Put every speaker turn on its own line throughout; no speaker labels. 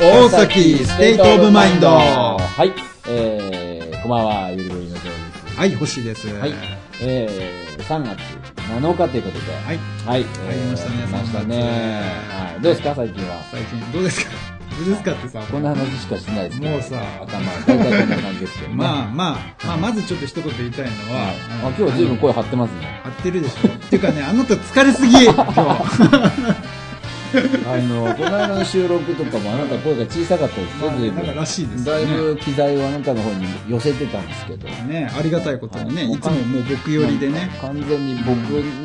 大崎ステートオブマインドは
はい。えー、こんばんは、ゆりぼりのジョーです。
い、星です。は
はい。えー、3月7日ということで。
はい。
はい。
入りましたね
えー入りましたね
3月
はい。どうですか、最近は。
最近、どうですかどうですかってさ、
こんな話しかしてないですけど。
もうさ
頭、大体こんな感じですけどね。
まあまあ、まあ、まずちょっと一言言いたいのは、
あ、今日は随分声張ってますね。
合ってるでしょ。っていうかね、あなた疲れす ぎ、今日。
あの、この間の収録とかもあなた声が小さかったですね、随
なんから
分。
しいですよ
だい
ね。
ぶ機材をあなたの方に寄せてたんですけど。
ね、ありがたいことにね、
はい
いつももう僕寄りでね。
完全に僕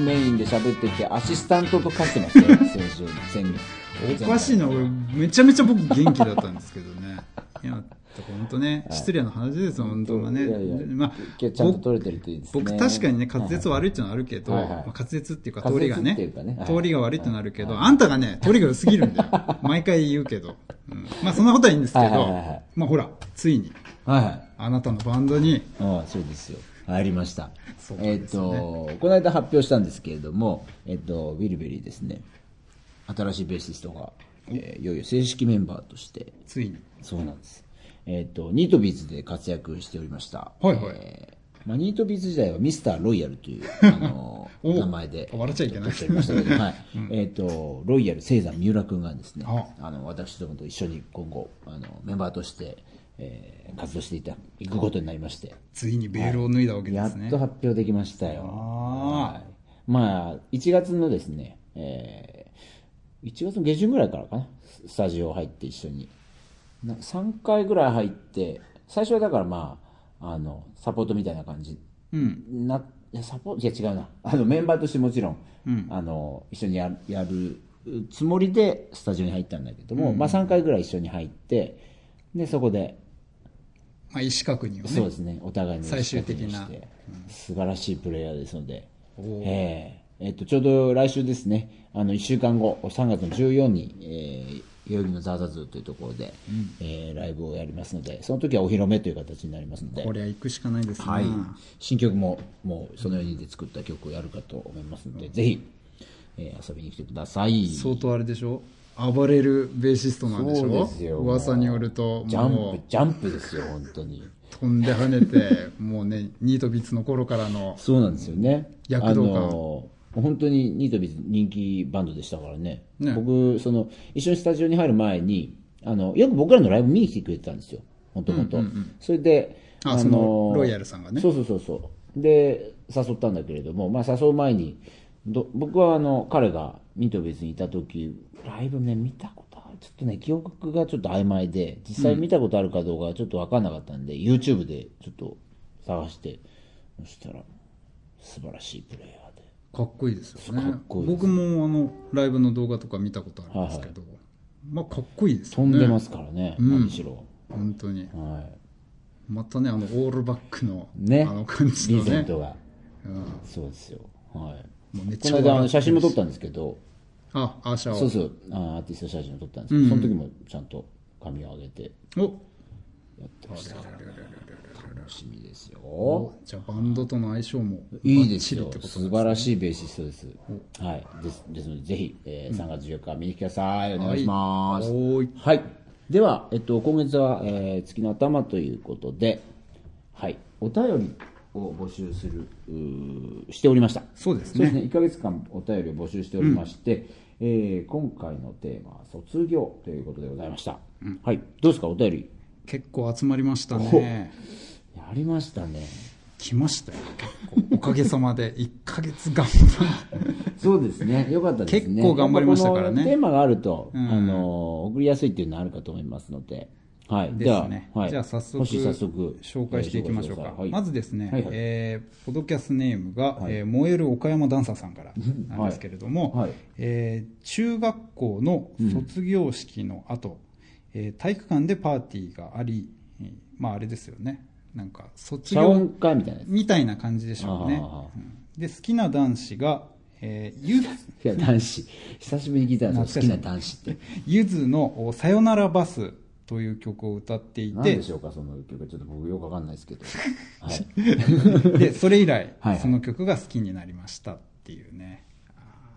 メインで喋ってて、アシスタントと勝ってますね、先週、先
おかしいな、俺、めちゃめちゃ僕元気だったんですけどね。いや、本当ね、失礼な話ですよ、本当はね。
いやいや
まあ
今日ちゃんと取れてるといいですね。
僕確かにね、滑舌悪いってのはあるけど、
はいはい
まあ滑舌っていうか
滑
通
舌
りが
ってい
ね
うかねは、い
通りが悪いってのはあるけど、あんたがね、通りが良すぎるんだ よ。毎回言うけど。うんまあそんなことはいいんですけ
はいはい
ど
はいはい、
まあほら、ついに、
はいはい。
あなたのバンドに、
ああそうですよ。ありました。
そう
えっ、
です
と、この間発表したんですけれども、えっ、と、ウィルベリーですね。新しいベーシストが、えーいよいよ正式メンバーとして、
ついに。
そうなんです。えっ、と、ニートビーズで活躍しておりました。
はいはい
えーまあ、ニートビーズ時代はミスターロイヤルという、あの
お
名前で。
笑っちゃいけない
撮っておりましたけど、はい。えっ、と、ロイヤル星座三浦くんがですね、
あ
あの、私どもと一緒に今後、あの、メンバーとして、えー活動していた、いくことになりまして。
ついにベールを脱いだわけで
や
す
っ
ね
と。発表できましたよ。は
あ
いまあ、1月のですね、えー、1月の下旬ぐらいからかな、ススタジオ入って一緒に。な3回ぐらい入って、最初はだからまあ、あの、サポートみたいな感じ。
うん。
な、いやサポート、いや違うな。あの、メンバーとしてもちろん、
うん
あの、一緒にやるやるつもりでスタジオに入ったんだけども、まあ3回ぐらい一緒に入って、で、そこで、
まあ、意思確認をね。
そうですね、お互いの
最終的な
意思確認して、素晴らしいプレイヤーですので、
おー
えーえっとちょうど来週ですね、あの1週間後、3月の14日に、えー、代々木のザーザズーというところで、えーライブをやりますので、その時はお披露目という形になりますので、
これは行くしかないですね。
はい、新曲ももうその4人で作った曲をやるかと思いますので、ぜひ、えー遊びに来てください。
相当あれでしょ暴れるベーシストなんでし
そう
ょ
ですよ
噂によると、
ジャン
も
プ、ジャンプですよ、本当に。
う飛んで跳ねて、もうね、ニートビッツの頃からの、
そうなんですよね。
躍動感
あの本当にニートビーズ人気バンドでしたからね。
ね
僕、その、一緒にスタジオに入る前に、あの、よく僕らのライブ見に来てくれてたんですよ。もともと。それで、
あそのロイヤルさんがね
そうそうそうそう。で、誘ったんだけれども、まあ誘う前に、ど僕はあの、彼がニートビーズにいた時、ライブね、見たことある。ちょっとね、記憶がちょっと曖昧で、実際見たことあるかどうかはちょっとわかんなかったんで、YouTube でちょっと探して、そしたら、素晴らしいプレイヤーで。
かっこいいですよね。
かっこいいです
僕もあの、ライブの動画とか見たことあるんですけど、まあ、かっこいいですよ
飛
ね。
んでますからね、何しろ。
本当に。
はい。
またね、あの、オールバックの、
ね。
あの感じの
リーゼン
ね。
トが。
うん
そうですよ。はい。
もうめっ
こ
ちゃ
の間、あの写真も撮ったんですけど、
あ、アーシャ
そう
を。
そう、あーアーティスト写真を撮ったんですけど、その時もちゃんと髪を上げて
お
やってましたから、ね、楽しみですよ
お。じゃあバンドとの相性も
いいです
バ
よ
ッチリって。こと
素晴らしいベーシストです。はい。ですですので、ぜひ、えー3月14日見に来てください。お願いします。
は
はいい。では、えっと、今月は、えー月の頭ということで、はい。お便りを募集する、うーしておりました。
そうですね
そうですね。1ヶ月間お便りを募集しておりまして、えー今回のテーマは卒業ということでございました。はい。どうですか、お便り。
結構集まりましたね。
やりましたね。
来ましたよ、結構。おかげさまで、1ヶ月頑張っ
そうですね。よかったですね。
結構頑張りましたからね
やっぱこのテーマがあると、あの、送りやすいっていうのはあるかと思いますので。はい。
た。
で
で
すは
ね、。
はい。
じゃあ早速
もし早速
紹介していきましょう
えー紹介してくだ
か。
さいはい
まずですね、
はいはい
えーポドキャスネームが、えー燃える岡山ダンサーさんからなんですけれども、
はいはい
えー中学校の卒業式の後、えー体育館でパーティーがあり、えーまああれですよね、なんか卒
謝恩
業
会みたいなやつ。
みたいな感じでしょうね
あー。
うんで、好きな男子が、えー、ゆ
い や、男子。久しぶりに聞いたんですよ。好きな男子って。
ゆずのお「さよならバス」という曲を歌ってい
何
て
で、しょうか、その曲、ちょっと僕よくわかんないです けど。はい。
で、それ以来
はいはい、
その曲が好きになりましたっていうね。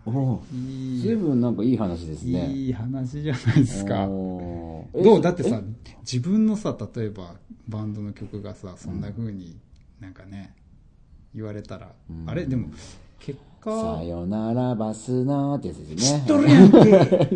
おお
い
随
い、
分なんかいい話ですね。
いい話じゃないですか。
おーえ
ど
そう
だってさ
え、
自分のさ、例えばバンドの曲がさ、そんな風になんかね、言われたら、
うん
あれでも、結
さ
果、
よならバスなーってやつです
知
よね。
っとるやん け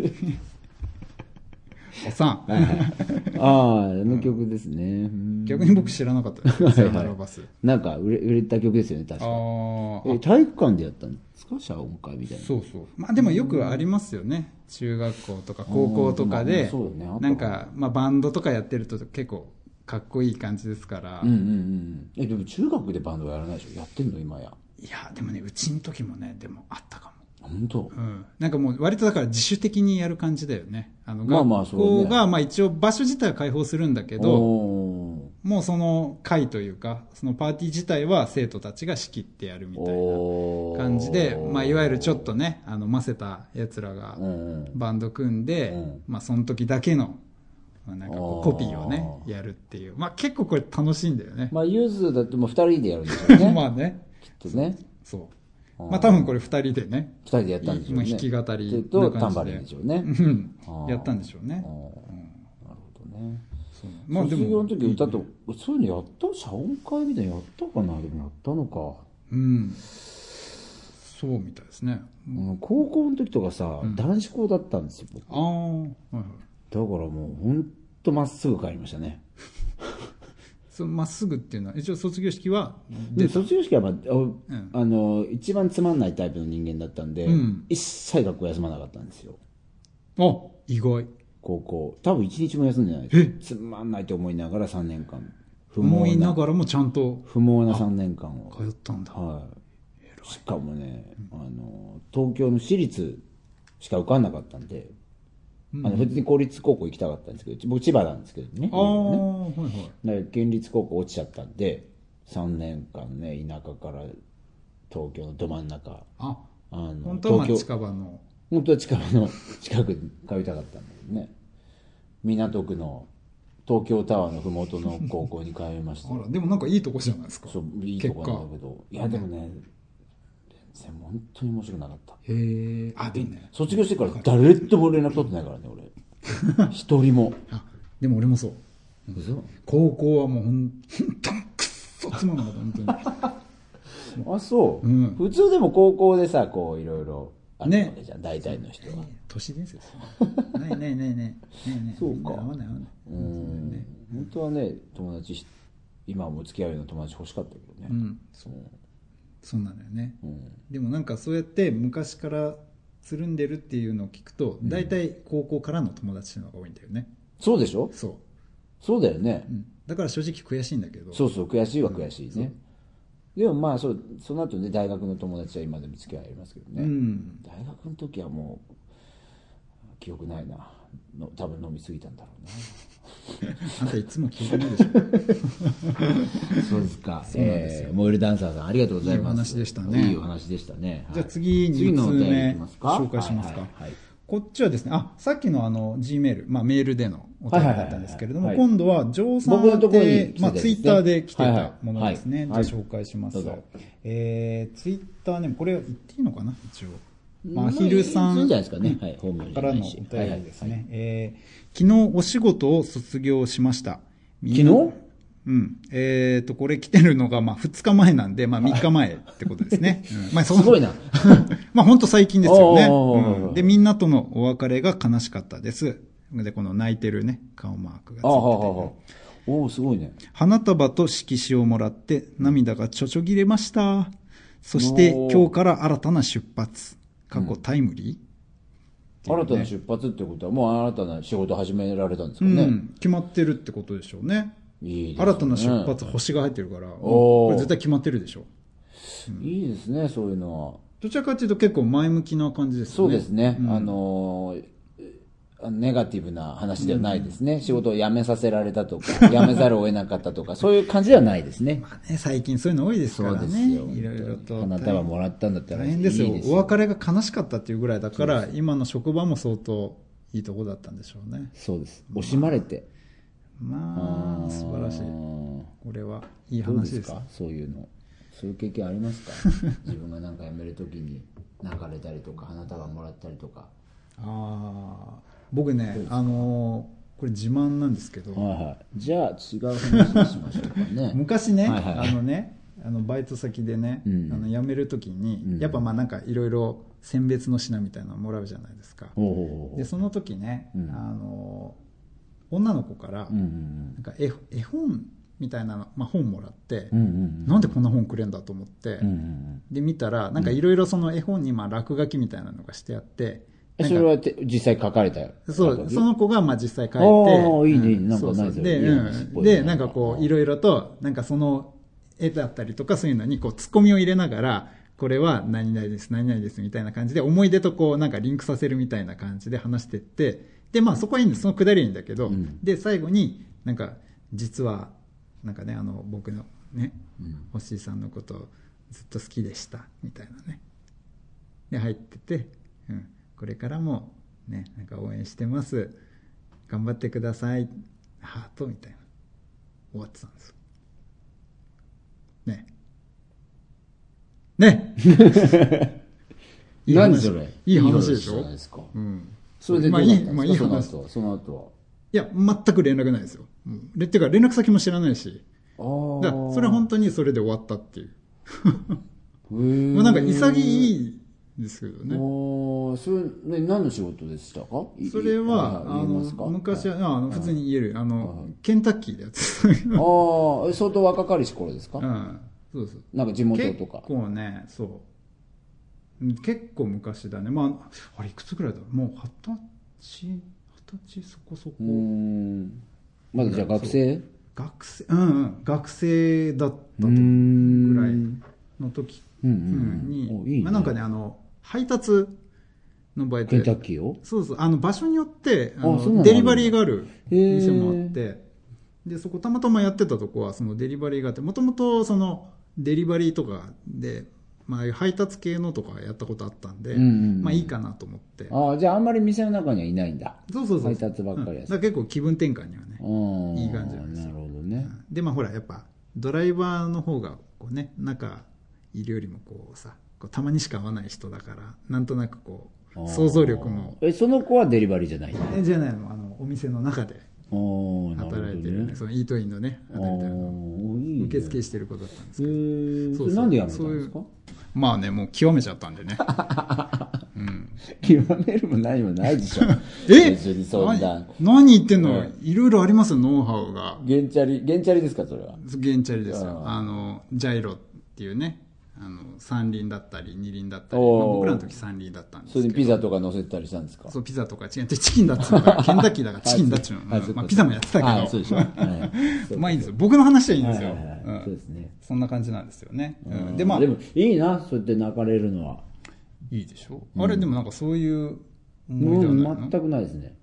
おさ
はい
ん、
はい ああ、あの曲ですね。うん
逆に僕知らなかったです。さよならバス。
なんか売れ売れた曲ですよね、確か。
あー
え、体育館でやったんですか謝恩会みたいな。
そうそうまあでもよくありますよね中学校とか高校とか
うん
で
そうだねあった
なんかまあバンドとかやってると結構かっこいい感じですから
うんうんうん。え、でも中学でバンドはやらないでしょやってんの今や。
いやでもねうちの時もねでもあったか
あ本当
もうんなんかもう割とだから自主的にやる感じだよねあの
まあまあ
学校
そうね
がまあ一応場所自体は開放するんだけど
お
もうその会というかそのパーティー自体は生徒たちが仕切ってやるみ
ー
たいな
おー
感じでまあいわゆるちょっとねあのませたやつらが
うんうん。
バンド組んで、
うん
まあ、その時だけの、まあなんかこ
あー
うコピーをね、やるっていう。まあ、結構これ楽しいんだよね。
まあ、ユーズだってもう二人でやるんでしょうね。
まあね、
きっとね。
そう。
あー
まあ、多分これ二人でね、
二人でやったんでしょうね。
いまあ弾き語りな
と
感じで
タンバリンでしょうね。
うん
あー
やったんでしょう
あー
ね
なる。ほどね。
そう
ま
ま
あ、
あで
卒業の時
も、
歌と、そういうのやった謝恩会みたいなのやったかなでもやったのか。
うん。そうみたいですね。
うん高校の時とかさ、男子校だったんですよ、僕。だか
ああ、はいはい。
らもう、ほんとまっすぐ帰りましたね。
そのまっすぐっていうのは、一応卒業式は、
で、卒業式は、まあ、お
ん
あの、一番つまんないタイプの人間だったんで、
うん
一切学校休まなかったんですよ。
あ意外。
高校。多分一日も休んでないです。つまんないと思いながら3年間。不
思
毛
いな
な、
がらもちゃんと
不毛な3年間を。
通ったんだ。
はい。しかもね、あの、東京の私立しか受かんなかったんで、あの、普通に公立高校行きたかったんですけど、僕千葉なんですけどね。
ああ、はいはい。
だから県立高校落ちちゃったんで3年間ね田舎から東京のど真ん中
あ、
あの
本当はまあ
東京
近場の。
本当は近場の近くに通いたかったんだけどね港区の東京タワーの麓の高校に通いました
あら、でもなんかいいとこじゃないですか。
そういいとこなんだけどいやでもね全然本当に面白くなかった
へえ。あ、でもね。
卒業してから誰とも連絡取ってないからね俺一人も
あ、でも俺もそう。
嘘
高校はもうほん、ほんとにくっそつまんなかった、本当に。
あそう、
うん
普通でも高校でさこういろいろあるわけじゃん、大体の人は
都市伝説ないないないない。ないない。
そうか
みんな合わない合わない。
うん、本当はね友達し今はもう付き合うような友達欲しかったけどね、
うん。
そう
そうなのよね。
うん
でもなんかそうやって昔からつるんでるっていうのを聞くと、大体高校からの友達の方が多いんだよね。
そうでしょ
そ
そうだよね
う。う、ん。だから正直悔しいんだけど。
そうそう悔しいは悔しいね、でもまあそうその後ね大学の友達は今でも付き合いありますけど
う
ね、
ん。
大学の時はもう記憶ないなの多分飲み過ぎたんだろうね
あんたいつも聞いてないでしょ。
そうですか
そうなんですよ
えーモエルダンサーさんありがとうございます
いいお話でしたね
いいお話でしたねはい
じゃあ次、
次
2
の
通
お便りい
目
きます、か
紹介しますか
はいはいはい。
こっちはですね、あ、さっきのあの、G メール、まあメールでのお便りだったんですけれども、
はいはいはい
今度は、ジョーさ
僕の
ん
ところに来
で
て、た
ま
やつ
あ
ですね
ツイッターで来て
はいはい
たものですね。
はい
じゃあ紹介します。
どうぞ
えー、ツイッターね、これは言っていいのかな、一応。ま
まあ
あ、ヒルさ
いいん
ん
じゃないですかねはい本名じ
か
ゃな
ら
い
のお
し
便りですね。えー昨日お仕事を卒業しました。
昨日
うん。えっ、と、これ来てるのが、まあ、2日前なんで、まあ、3日前ってことです ね。うん、まあ、
す
その
ごいな。
まあ本当最近ですよね、
おーおーおー
うんで、みんなとのお別れが悲しかったです。で、この泣いてるね、顔マークがつ
あははい
て
はおおすごいね。
て。花束と色紙をもらって涙がちょちょぎれました。そして
おー
今日から新たな出発。過去タイムリー、
新たな出発ってことは、もう新たな仕事始められたんですか
う
ね。
ん、決まってるってことでしょうね。
いいですね
新たな出発、星が入ってるから、
おー
これ絶対決まってるでしょ。
いいですね、そういうのは。
どちらかというと結構前向きな感じです
そ
よ
う
ね。
ですね。あのーあのネガティブな話ではないですね。仕事を辞めさせられたとか、辞めざるを得なかったとか、そういう感じではないですね。
まあね、最近そういうの多いですか
そう
ら
です
ね。
よ。
いろいろと。
花束もらったんだったら
大
いい
変
で
ですす
よ。
よお別れが悲しかったっていうぐらいだから今の職場も相当いいとこだったんでしょうね
そうです。惜しまれて。
まあ、素晴らしい。
うん
これは、いい
どう
話です。
かそういうのそういう経験あり ますか自分がなんか辞めるときに泣かれたりとか花束もらったりとか
ああ、僕ね、あのーこれ自慢なんですけど、
はいはいじゃあ違う話にしましょうかね
昔ね、
はいはい
あのね、あのバイト先でね、
うん
あの辞めるときに、
うん
やっぱまあなんかいろいろ選別の品みたいなのもらうじゃないですか。
ほうほうほうほう
で、その時ね、
うん
あのー女の子から、
うん
なんか絵絵本みたいなの、まあ、本もらって、
うんうんうん
なんでこんな本くれんだと思って、
うんうんうん
で見たらなんかいろいろその絵本にまあ落書きみたいなのがしてあって、
え
なん
そ
か
れはて実際書かれたよ
そうその子がまあ実際書
ああいい
いて
ね
うん
なんか
そうそう
ないぞ
で
いい話っ
うん
ぽいね
でなんかこういろいろとなんかその絵だったりとかそういうのにこうツッコミを入れながらこれは何々です何々ですみたいな感じで思い出とこうなんかリンクさせるみたいな感じで話してってでまあそこはいいんですそのくだりはいいんだけど、
うん
で最後になんか実はなんかねあの僕のね星井さんのことずっと好きでしたみたいなねで入ってて、うん、これからもねなんか応援してます頑張ってくださいハートみたいな終わってたんですよね ねいい話
何それ
いい話でし
いい話じゃ
ょ
ないですか
うん、
それでど
ま
う
あ
なった
い
んで
い
すか
まあいい
その
話
後その後
いや全く連絡ないですよ、うん、でてか連絡先も知らないし
は
だからそれは本
当
当にそれで終わったっていう
ま
まあなんか潔
い
いですけどね
おそれ、ね、何の仕事でしたかい
それは、
いい
あ
言え
の
ますか、
昔は、
はい
ああの普通に言える、あ
は
の
い、
ケンタッ キーでやってた。
あーえ相当若かりし頃ですか、
うん。そうそう。
なんか地元
結
とか
構ね、そう。うん結構昔だね。まあ、あれいくつぐらいだろうもう二十歳、二十歳そこそこ。
うーんまだじゃあ学生
学生、うんうん、学生だったと
うーん
ぐらいの時
うんう
うんん
うんお
に、
いい
まあなんかね、あの、配達のバイト
ケン
で
タッキーを
そうそう、あの場所によってあの
あそうなの
デリバリーがある
へー
店もあって、でそこたまたまやってたとこはそのデリバリーがあって、もともとそのデリバリーとかで、まあああいう配達系のとかやったことあったんで、
うんうんうん
まあいいかなと思って。
ああじゃああんまり店の中にはいないんだ
そうそうそう。
配達ばっかりや
うん
つ
だら結構気分転換にはね。
うん
いい感じなんです
なるほどね
うんで、まあほら、やっぱドライバーの方がこうね、仲いるよりもこうさ、こうたまにしか会わない人だから、なんとなくこ
あー
う、想像力も、
えその子はデリバリーじゃないんだ
えじゃないの、あの、お店の中で。
おーなるほど
働いてるね、
ね
そのイートインのね、あ
あ
れみたいな
ーいいね
受付してる子だったんです
へ
けど、
ー
そ
そう
そう
れなんでやめたんですか
まあね、もう極めちゃったんでね、うん、
極めるも何もないでし ょ
え
別にそんな
何何言ってんの、
う
いろいろありますよ、ノウハウが、
ゲンチャリゲンチャリですかそれは
ゲンチャリですよ、
うん
あのジャイロっていうね、あの三輪だったり、二輪だったり、
おー
まあ僕らの時三輪だったんで
それ
す
に
け
ピ
ど。
ザとか乗せたりしたんですか
そうピザとか違ってチキンだっつうの がケンタッキーだからチキンだっちゅうの、
あそう
まあ、ピザもやってたけど
あそうでしょ、はい
まあいいんですよ僕の話はいいんですよ、
はいはいはい
うん
そうですね
そんな感じなんですよね、うん
うん
でまあ
でもいいなそうやって泣かれるのはい
いでしょ、あれでもなんかそういう思い
も
出は
う
ないの
全くないですね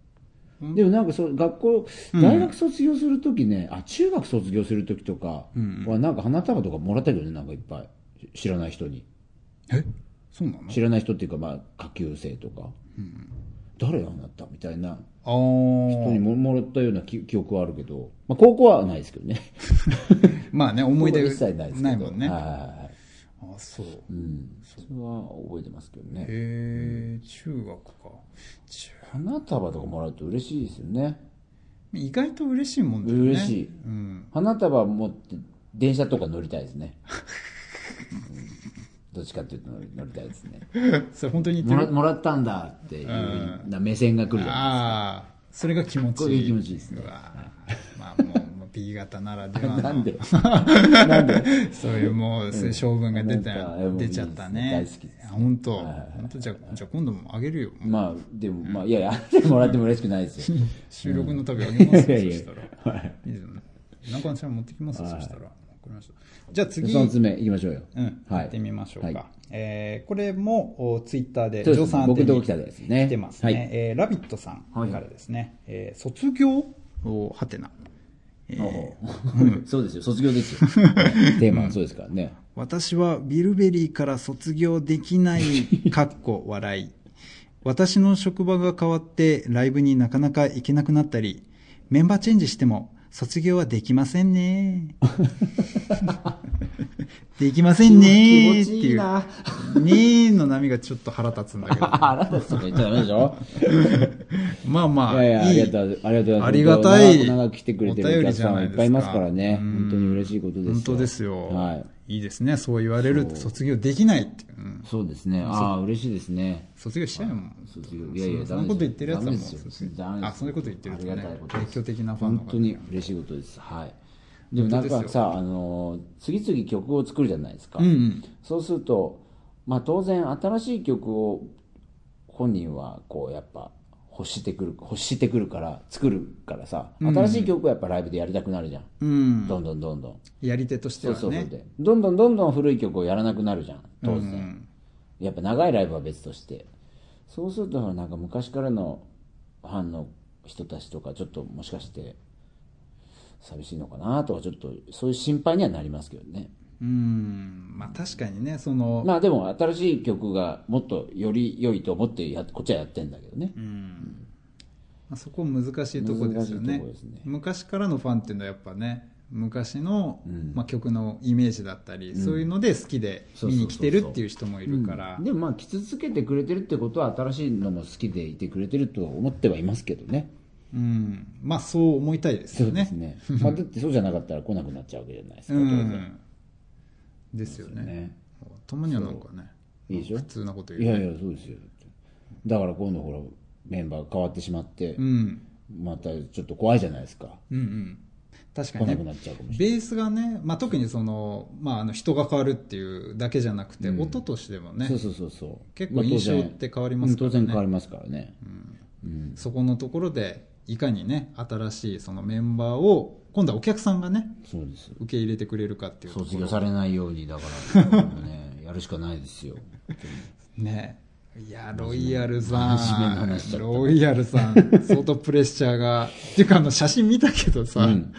うん
でもなんかそう学校大学卒業するときね、あ中学卒業するときとか
うん
はなんか花束とかもらったけどねなんかいっぱい知らない人に
えそうなの
知らない人っていうかまあ下級生とか、誰あなたみたいな
あ
人
ー
にももらったような記記憶はあるけど、まあ、高校はないですけどね
まあね 思い出
高校は一切ないですけど
ないもんね
はい
あ
はいはい
そう
うん、それは覚えてますけどね
へえ中学か中
花束とかもらうと嬉しいですよね
意外と嬉しいもんだよね
嬉しい
うん、
花束持って電車とか乗りたいですね、うんどっちかっていうと乗り乗りたいですね
それ本当に
も
言っ
ら
てる
もらったんだっていうな目線が来るじゃない
ああそれが気持ちいい
これ気持ちいいですね
うわーまあもうもう B 型ならではの
なんで
そういうもう、そういう性分が出た
なんかえもう
出ちゃったね。
いいですね大好きです
あ本当、本当じゃあ、じゃあ今度もあげるよ。
まあでも、まあいやい やあってもらっても嬉しくないですよ
収録の度あ
う
げますよ、
ん
そしたら。いいですよね。なんかちゃん持ってきますよ、そしたら。わかりました。じゃあ次、
その
う
爪いきましょうよ、
ん、
はい
行ってみましょうか。
はい
えーこれもおツイッターで、
そう
ジ
で
ョ
す
ーさん宛
僕
て
のとこ
に
来たですね
来てますね。
はい
えーラビットさんからですね、えー卒業おはてな。えー
そうですよ卒業ですよ テーマはそうですからね、
私はビルベリーから卒業できない、かっこ笑い。私の職場が変わってライブになかなか行けなくなったり、メンバーチェンジしても卒業はできませ んね。できませんね
気持
って
ちい
い。
いうな
ねーの波がちょっと腹立つんだけど、
あらだとか言っちゃダメでし ょ
まあま
い
あ、
やいや、あ
いい
りがたい、ありがたい。
ありがたい
長く長く来てくれてるお客さんはいっぱいいますからね。
うん
本当に嬉しいことですよ。
本当ですよ。
はい。
い、いですね。そう言われると卒業できないっていう。うん
そうですね。ああ、嬉しいですね。
卒業しちゃうよもん。
卒業いやいや
そんなこと言ってるやつ
ダ
はもう
メですよ
卒業
ダメですよ
あ、そういうこと言ってると
ありがたい
ね
こ。とです
熱狂的なファンの
本
方
当に嬉しいことです。はい。でもなん
本当
か
ですよ
さ、あのー、次々曲を作るじゃないですか。
うんうん
そうすると、まあ当然新しい曲を本人はこうやっぱ欲してくる、欲してくるから、作るからさ、新しい曲はやっぱライブでやりたくなるじゃん。
うん。
どんどんどんどん。
やり手として
そう
は
そうそう
ね。
でどんどんどんどん古い曲をやらなくなるじゃん当
う
然、
ん
やっぱ長いライブは別としてそうするとなんか昔からのファンの人たちとかちょっともしかして寂しいのかなとかちょっとそういう心配にはなりますけどね
うん。まあ確かにね、その、
まあでも新しい曲がもっとより良いと思ってやこっちはやってんだけどね、
うんまあ、そこ難しいとこですよ
難しい
ね
とこですね
昔からのファンっていうのはやっぱね昔の、まあ、曲のイメージだったり、そういうので好きで見に来てるっていう人もいるから、
でもまあ来続けてくれてるってことは新しいのも好きでいてくれてるとは思ってはいますけどね
うん、まあそう思いたいです
そ
よ
うで
ね
すねまあだってそうじゃなかったら来なくなっちゃうわけじゃないですか、
う
当然
んですよね
ね
たまにはなんかね
いいでしょ
普通なこと
い
言う
やいやそうですよだから今度ほらメンバー変わってしまって、
うん
またちょっと怖いじゃないですか
うんうん確か
来
に
な
ね
くなっちゃうかもし
ベースがね、まあ、特にその、まあ、あの人が変わるっていうだけじゃなくて、音としても
れ
ね
ない、そうそうそうそう
結構印象って変わりますか
うん当
らね
然変わりますからね、
そこのところでいかにね新しいそのメンバーを今度はお客さんがね
そうです
受け入れてくれるかっていうとこ
卒業されないようにだ から、ね、やるしかないですよ
ねいやロイヤルさ
真面目な話しちゃ
ん
った
ロイヤル さん相当プレッシャーがっていうかあの写真見たけどさ、
うん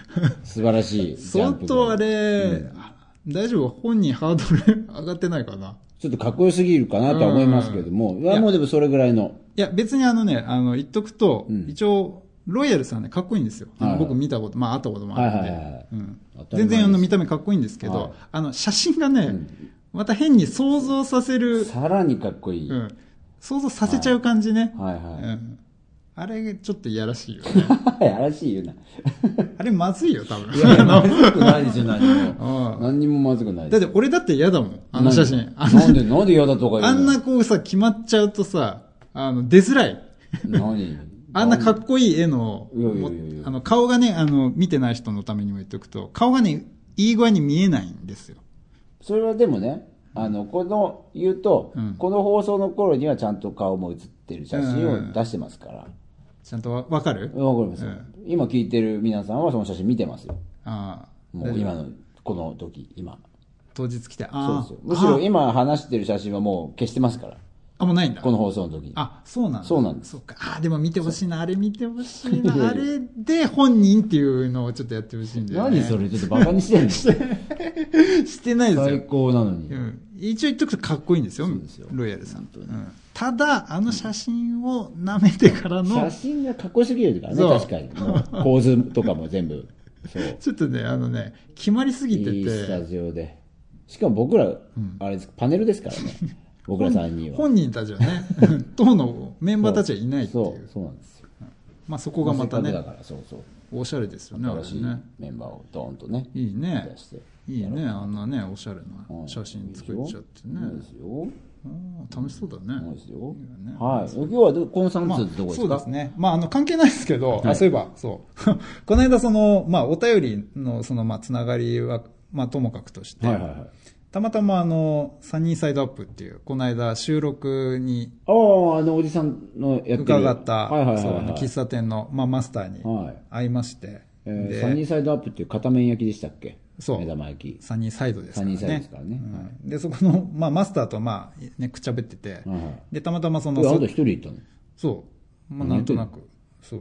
素晴らしいジャ
相
ンプ
当あ
が
れ、あ大丈夫本人ハードル上がってないかな
ちょっとかっこよすぎるかなとは思いますけども、いやもうでもそれぐらいの
いや別にあのねあの言っとくと、一応ロイヤルさんねかっこいいんですよ、あの
はいはい
僕見たことまあ会ったこともあるんで、
はいはいはい
うん
当たり前
全
です
然あの見た目かっこいいんですけど、
はい
あの写真がね、また変に想像させる、
さらにかっこいい、
うん、想像させちゃう感じね、
はいはい、
うん、あれちょっといやらしいよ ね
やらしいよな。
あれまずいよ多分
いやいや、まずくないですよ、何も
う。
何にもまずくない
だ
で
っ
す。
て俺だって嫌だもんあの写真 あ
なん
ん
で
な、
なんで嫌だとか言うの
あんな、こうさ決まっちゃうとさあの出づらい
何
あんなかっこいい絵の、
いやいやいやいや
もあの顔がね、あの、見てない人のためにも言っておくと、顔がね、いい具合に見えないんですよ。
それはでもね、あの、この、言うと、
うん
この放送の頃にはちゃんと顔も写ってる写真を出してますから。わ、
ちゃんとわわかる、
かりますよ、今聞いてる皆さんはその写真見てますよ。
ああ
もう今の、この時、今。
当日来て、
そう
あ
で
あ
すよ。むしろ今話してる写真はもう消してますから。
あ、もうないんだ
こ。の放送の時に。
あ、そうなんだ。
そうなんです
そうか。ああ、でも見てほしいな、あれ見てほし いな、あれで本人っていうのをちょっとやってほしいんだよ、ね。
何それちょっとバカに してんの
してないですよ
最。高なのに。
うん一応言っとくとかっこいいんですよ、
ですよ
ロイヤルさん。うんただ、あの写真を舐めてからの
写、真がかっこよすぎるからね、
そう
確かに。もう構図とかも全部。そう。
ちょっとね、あのね、決まりすぎてて。
いいスタジオで。しかも僕ら、あれです、パネルですからね。 僕ら3人は。
本人たちはね、 党のメンバーたちはいないってい
そうう、、そうなんですよ。
まあ、そこがま
せっか
た
く
ね、
だから、そうそう。
おしゃれですよね、あれ
新しい
ね。
メンバーをドーンとね。
いいね
出して。
いいね、あんなね、おしゃれ
うん
な写真作っちゃってね。
そうですよ。
うん楽しそうだ
そう
ね
で。すよ
いいよね。
はい。今日はど、この3
まあ
つどこです
そ
か
うですね。まあ、あの、関係ないですけど、あ、そういえば、そう。 この間、その、まあ、お便りの、その、まあ、つながりは、まあ、ともかくとして、
はいはいはい。
たまたま、あの、サニーサイドアップっていう、この間、収録に
ああ、あのおじさんのやってる。
伺った、
はいはいはい
そうあ
は
の
い。
喫茶店の、まあ、マスターに
はい
会いまして、
えー
で
サニーサイドアップっていう片面焼きでしたっけ
そう
目玉焼き。
サニーサイドですからね。
サニーサイドですからね
うんで、そこの、まあ、マスターと、まあ、ね、くちゃべってて、
はいはい
で、たまたまその、
えあ
そ
と一人いたの
そう、まあ、なんとなく、そう。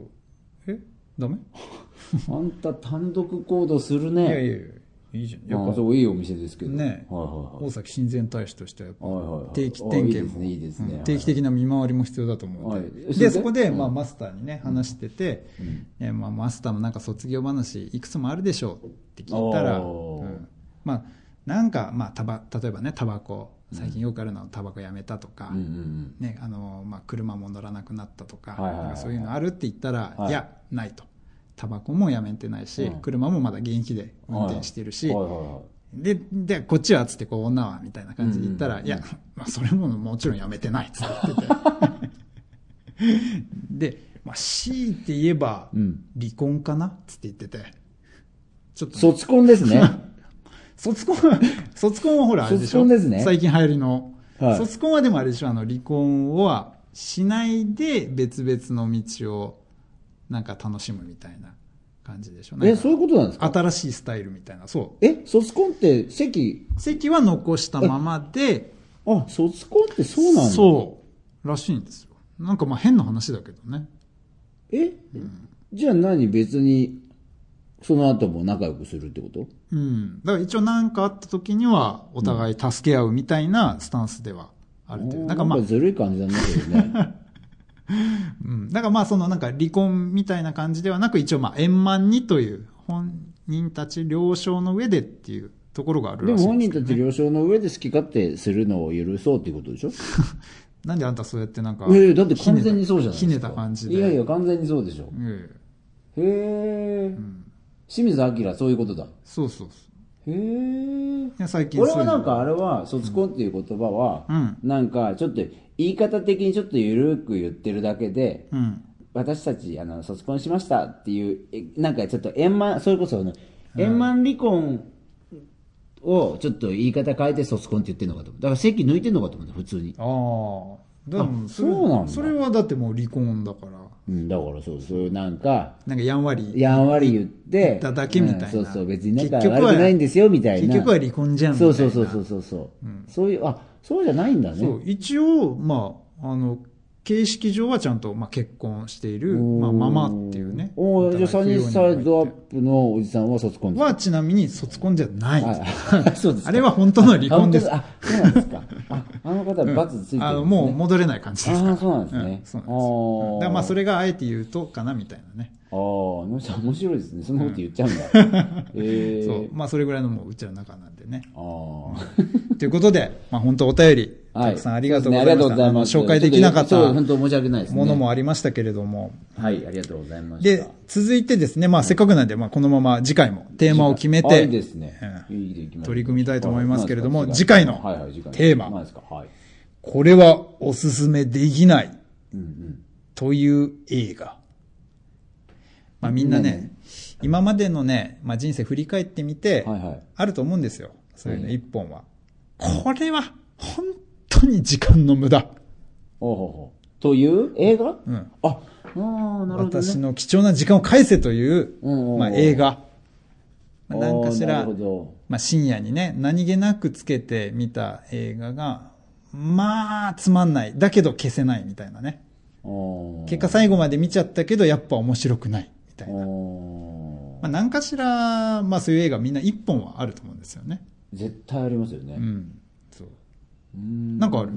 えダメ
あんた単独行動する
いやい
ね。
やいやいいじゃんや
まあ、
っ
そ
ぱ
こいいお店ですけど。
ね
はいはいは
大崎親善大使としてはやっぱ
はいはいはい
定期点検も
あいいですねいいですね
うん
はい
定期的な見回りも必要だと思うので,、
はいそ
でそ
れで
こで、
うん
まあ、マスターにね話してて、えーまあ、マスターもなんか卒業話いくつもあるでしょうって聞いたら、
おー
うんまあなんか、まあ、たば例えばねタバコ最近よくあるのはタバコやめたとか、
い。うんうん
ねあのまあ、車も乗らなくなったとか,、
はいはいはい
なんかそういうのあるって言ったら、
はい
い、やないとタバコもやめてないし、
うん
車もまだ現役で
うん。
運転してるし、
はいはいはいはい。
ででこっちはっつってこう女はみたいな感じで言った
う
ら、
んうんうん
いや、まあ、それももちろんやめてないっつって言ってて で、まあ、強いて言えば
うん
離婚かなっつって言っててちょっとね、
卒婚ですね。
卒婚は、卒婚はほらあれでし
卒
ょ
婚ですね
最近流行り
は
の。
い
卒婚はでもあれでしょあの、離婚はしないで別々の道をなんか楽しむみたいな感じでしょなん
え、
か
そういうことなんですか
新しいスタイルみたいな。そ
え、卒婚って席、
う。席は残したままで、
あ、卒婚ってそうなんだ。
そう。らしいんですよ。なんかまあ変な話だけどね。
え、じゃあ何別に、その後も仲良くするってこと
うん。だから一応何かあった時にはお互い助け合うみたいなスタンスではあるという。なんかまあ
ずるい感じなんだけど ね。
うん、だからまあそのなんか離婚みたいな感じではなく一応まあ円満にという本人たち了承の上でっていうところがあ
で
るら
も
しい
本
んで
人
す
た
けど、
ち
ね、
了承の上で好き勝手するのを許そうっていうことでしょ
なんであんたそうやってなんか
いやいや、だって完全にそうじゃない
ひねたひねた感じで
いやいや、完全にそうでしょ。
ええ
へえ、清水明、そういうことだ。
そうそうそう
へえ。
いや最近そう
俺
いう
はなんかあれは、卒婚っていう言葉は、
うん
なんかちょっと言い方的にちょっと緩く言ってるだけで、
うん
私たちあの卒婚しましたっていう、えなんかちょっと円満、それこそあの、円満離婚をちょっと言い方変えて卒婚って言ってるのかと思う。だから席抜いてんのかと思った、普通に。
ああでもそれ
そうなんだ
それはだってもう離婚だから
うん、だからそう、そういうなんか、
なんかやんわり
やんわり言って、
言っただけみたいな
うんそうそう、別に仲
結局は
悪くないんですよみたいな。
結局は離婚じゃんみたい
そう
な
そうそうそうそうそう、そういう、あ、そうじゃないんだね。
そう一応まああの形式上はちゃんと、まあ、結婚している、まあ、ママっていうね
おーじゃあサニーサイドア
働くようになって
ップのおじさんは卒婚です。
はちなみに卒婚じゃない。
はい そうですか
あれは本当の離婚です。
あ、そうなんですか。あ、あの方は罰ついてるんです、ね
あのもう戻れない感じですから。
あーそうなんですね
そうなんです
あー
うんだからまあそれがあえて言うとかなみたいなね。
ああ、野口さん面白いですね。そんなこと言っちゃ うんだ。ええ
そう。まあそれぐらいのもううちらの中なんでね。
ああ。
ということで、まあ本当お便り、
は
た
い。
くさんありがとう
そ
ご
ですね
ざ
あ
い
り
ま
が
し
とうございます。
た。あの紹介できなかっ
ちょと
た
そう、本当申し訳ないですね。
ものもありましたけれども。
はい、ありがとうございました。
で、続いてですね、まあせっかくなんで、まあこのまま次回もテーマを決め
あ
て、
いいですね。
うん
いいでいきましょう
取り組みたいと思いますけれども
はい
次回の
はいはい、次回の
テーマ
何ですかはい。
これはおすすめできない
うんうん。
という映画。まあみんなね、今までのね、まあ人生振り返ってみて、
はいはい
あると思うんですよ。そういうの一本は。これは本当に時間の無駄。
おうほうほう。という映画
うん。
あ、ああ、なるほど、ね。
私の貴重な時間を返せという、
うんうんうん
まあ映画。まあなんかし
あ
ら
ーなる、ほ
まあ深夜にね、何気なくつけて見た映画が、まあつまんない。だけど消せないみたいなね。
ど。
結果最後まで見ちゃったけどやっぱ面白くないみたいな。
構
まあ、何かしら、まあ、そういう映画みんな一本はあると思うんですよね。
絶対ありますよね。
うん。そう。
うーん
なんかある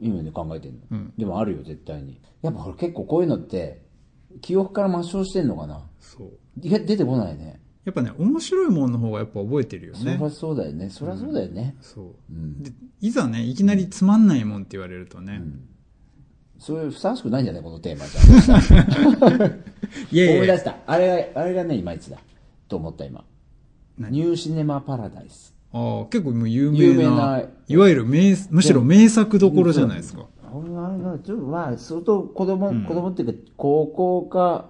今ね、考えてんの、
うん
でもあるよ、絶対に。やっぱほら結構こういうのって、記憶から抹消してんのかな
そう。
いや、出てこないね。
やっぱね、面白いものの方がやっぱ覚えてるよ
そり
ね。
ゃそうだよね。そりゃそうだよね。
そう。
うん。
で、いざね、いきなりつまんないもんって言われるとね。
それふさわしくないんじゃないこのテーマじゃ。
いや
思
いや
い
い
出
や
した。あれが、あれがね、いまいちだ。と思った今。
何
ニューシネマパラダイス。
あー結構もう有名な、
有名ない
わゆる名、むしろ名作どころじゃないですか。
俺はあれが、ちょっとまあ、相当子供、子供っていうか、高校か、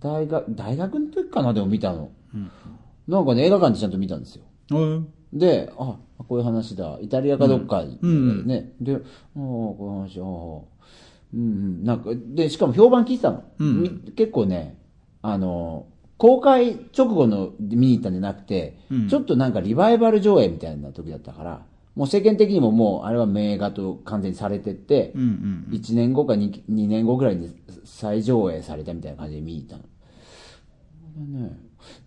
大学、大学の時かな、でも見たの。なんかね、映画館でちゃんと見たんですよ。
うん。
で、あ、こういう話だ。イタリアかどっかに、
うんうん
ね。で、ああ、こういう話、ああ。うんうん。なんか、で、しかも評判聞いてたの。
うん
み結構ね、あの、公開直後の見に行ったんじゃなくて、
うん
ちょっとなんかリバイバル上映みたいな時だったから、もう世間的にももう、あれは名画と完全にされてて、
うんうん。
1年後か 2, 2年後ぐらいに再上映されたみたいな感じで見に行ったの。これね、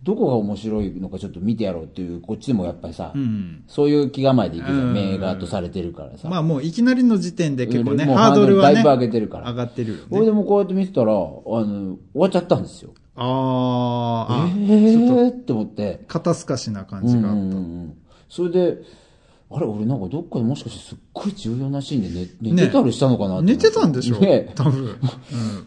どこが面白いのかちょっと見てやろうっていう、こっちでもやっぱりさ、
うん。
そういう気構えでいくじゃ
うん
ん、
うんうん
名画とされてるからさ。
まあもういきなりの時点で結構ね、
もう
ハードルはね、
だいぶ上げ
上
てるから。
がってるよ
これ
ね。
でもこうやって見てたら、あの、終わっちゃったんですよ。
あーあ、
えーって思って。
肩透かしな感じがあ
うんうん
っ
うんそれで、あれ、俺なんかどっかでもしかしてすっごい重要なシーンで寝
ね
寝てたりしたのかな
た。
って思っ
寝
て
てたんでしょ
ね
多 分。うん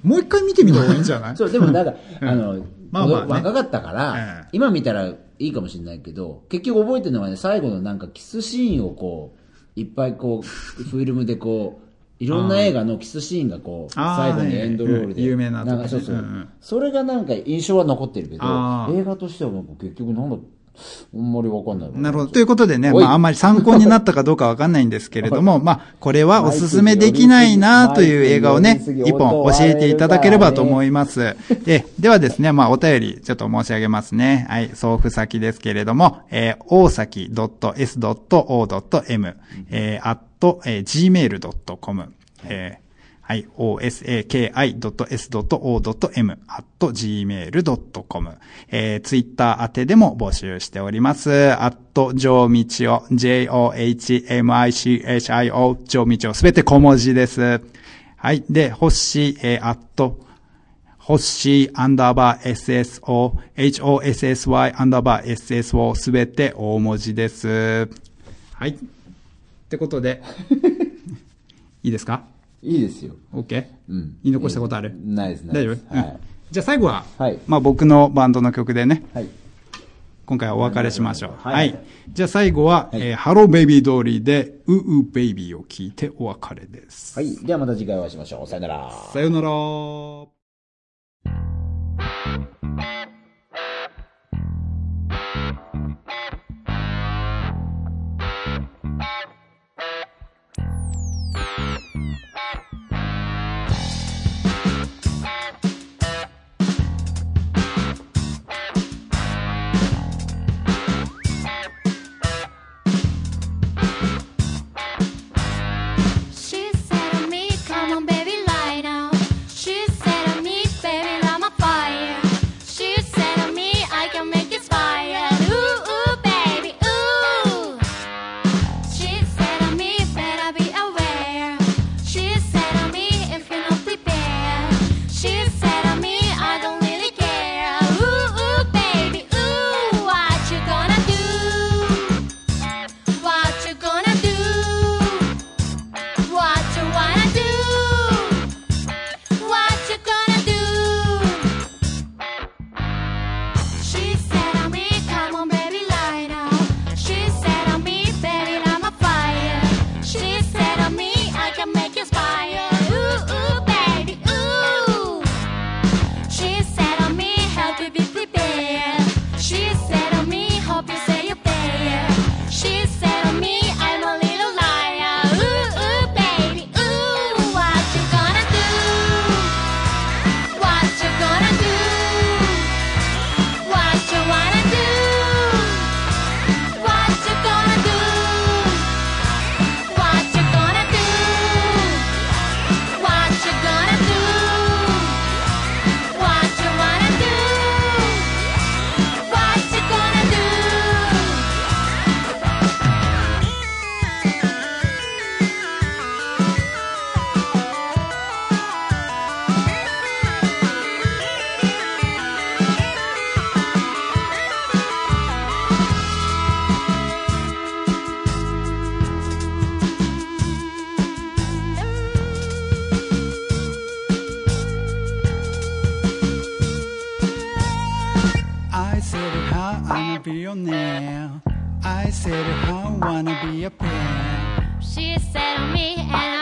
もう一回見てみた方がいいんじゃない
そう、でもなんか、あの、
まあまあね
俺若かったから、
ええ
今見たらいいかもしれないけど、結局覚えてるのはね、最後のなんかキスシーンをこう、いっぱいこう、フィルムでこう、いろんな映画のキスシーンがこう、
あー
最後にエンドロール
はい
で。
有名なとこね
んかそうそう、
うんうん
それがなんか印象は残ってるけど
あ、ー
映画としてはなんか結局なんだ、あんまりわかんないわ
なるほど。ということでね、
おい
まあ、あんまり参考になったかどうかわかんないんですけれ ども、まあ、これはおすすめできないなという映画をね、一本教えていただければと思います。で、ではですね、まあ、お便りちょっと申し上げますね。はい、送付先ですけれども、えー、大崎 .s.o.m、えー、at、えー、gmail.com、えーはい、osaki.s.o.m at gmail.com。えー、ツイッター宛てでも募集しております。at 上道を、j-o-h-m-i-c-h-i-o、上道をすべて小文字です。はい、で、星、えー、at 星アンダーバー SSO、HOSSY アンダーバー SSO すべて大文字です。はい。ってことで、 いいですか
いいですよ。
OK?
うん。
言い残したことある
ないですね。
大丈夫、
は
うん
い。
じゃあ最後は、
はい
まあ僕のバンドの曲でね、
はい。
今回はお別れしましょう。は。
はいい
じゃあ最後は、
はい
えーハローベイビー通りで、ウーウーベイビーを聴いてお別れです。
はい。ではまた次回お会いしましょう。さよなら。
さよなら。
She said to me, come on baby, lie down. She said to me, baby, I'm a fire. She said to me, I can make you fire. Ooh, ooh, baby, ooh. She said to me, better be aware. She said to me, if you're not prepared. She said to me, I don't really care. Ooh, ooh, baby, ooh, what you gonna do? What you gonna do? What you wanna do? What you gonna do? She said to me, come on baby, lie down. She said to me, baby, I'm a fire. She said to me, I can make you fire. Ooh, ooh, baby, ooh. She said to me, help you be prepared. She said to me, hope you say you pay. She said to me, I'm a little liar. Ooh, ooh, baby, ooh, what you gonna do? What you gonna do? What you wanna do? What you gonna do? What you gonna do? What you gonna do? What you wanna do? What you gonna do?
I said how wanna be your nail. I said how wanna be a pair.
She said to me, and oh, Oh,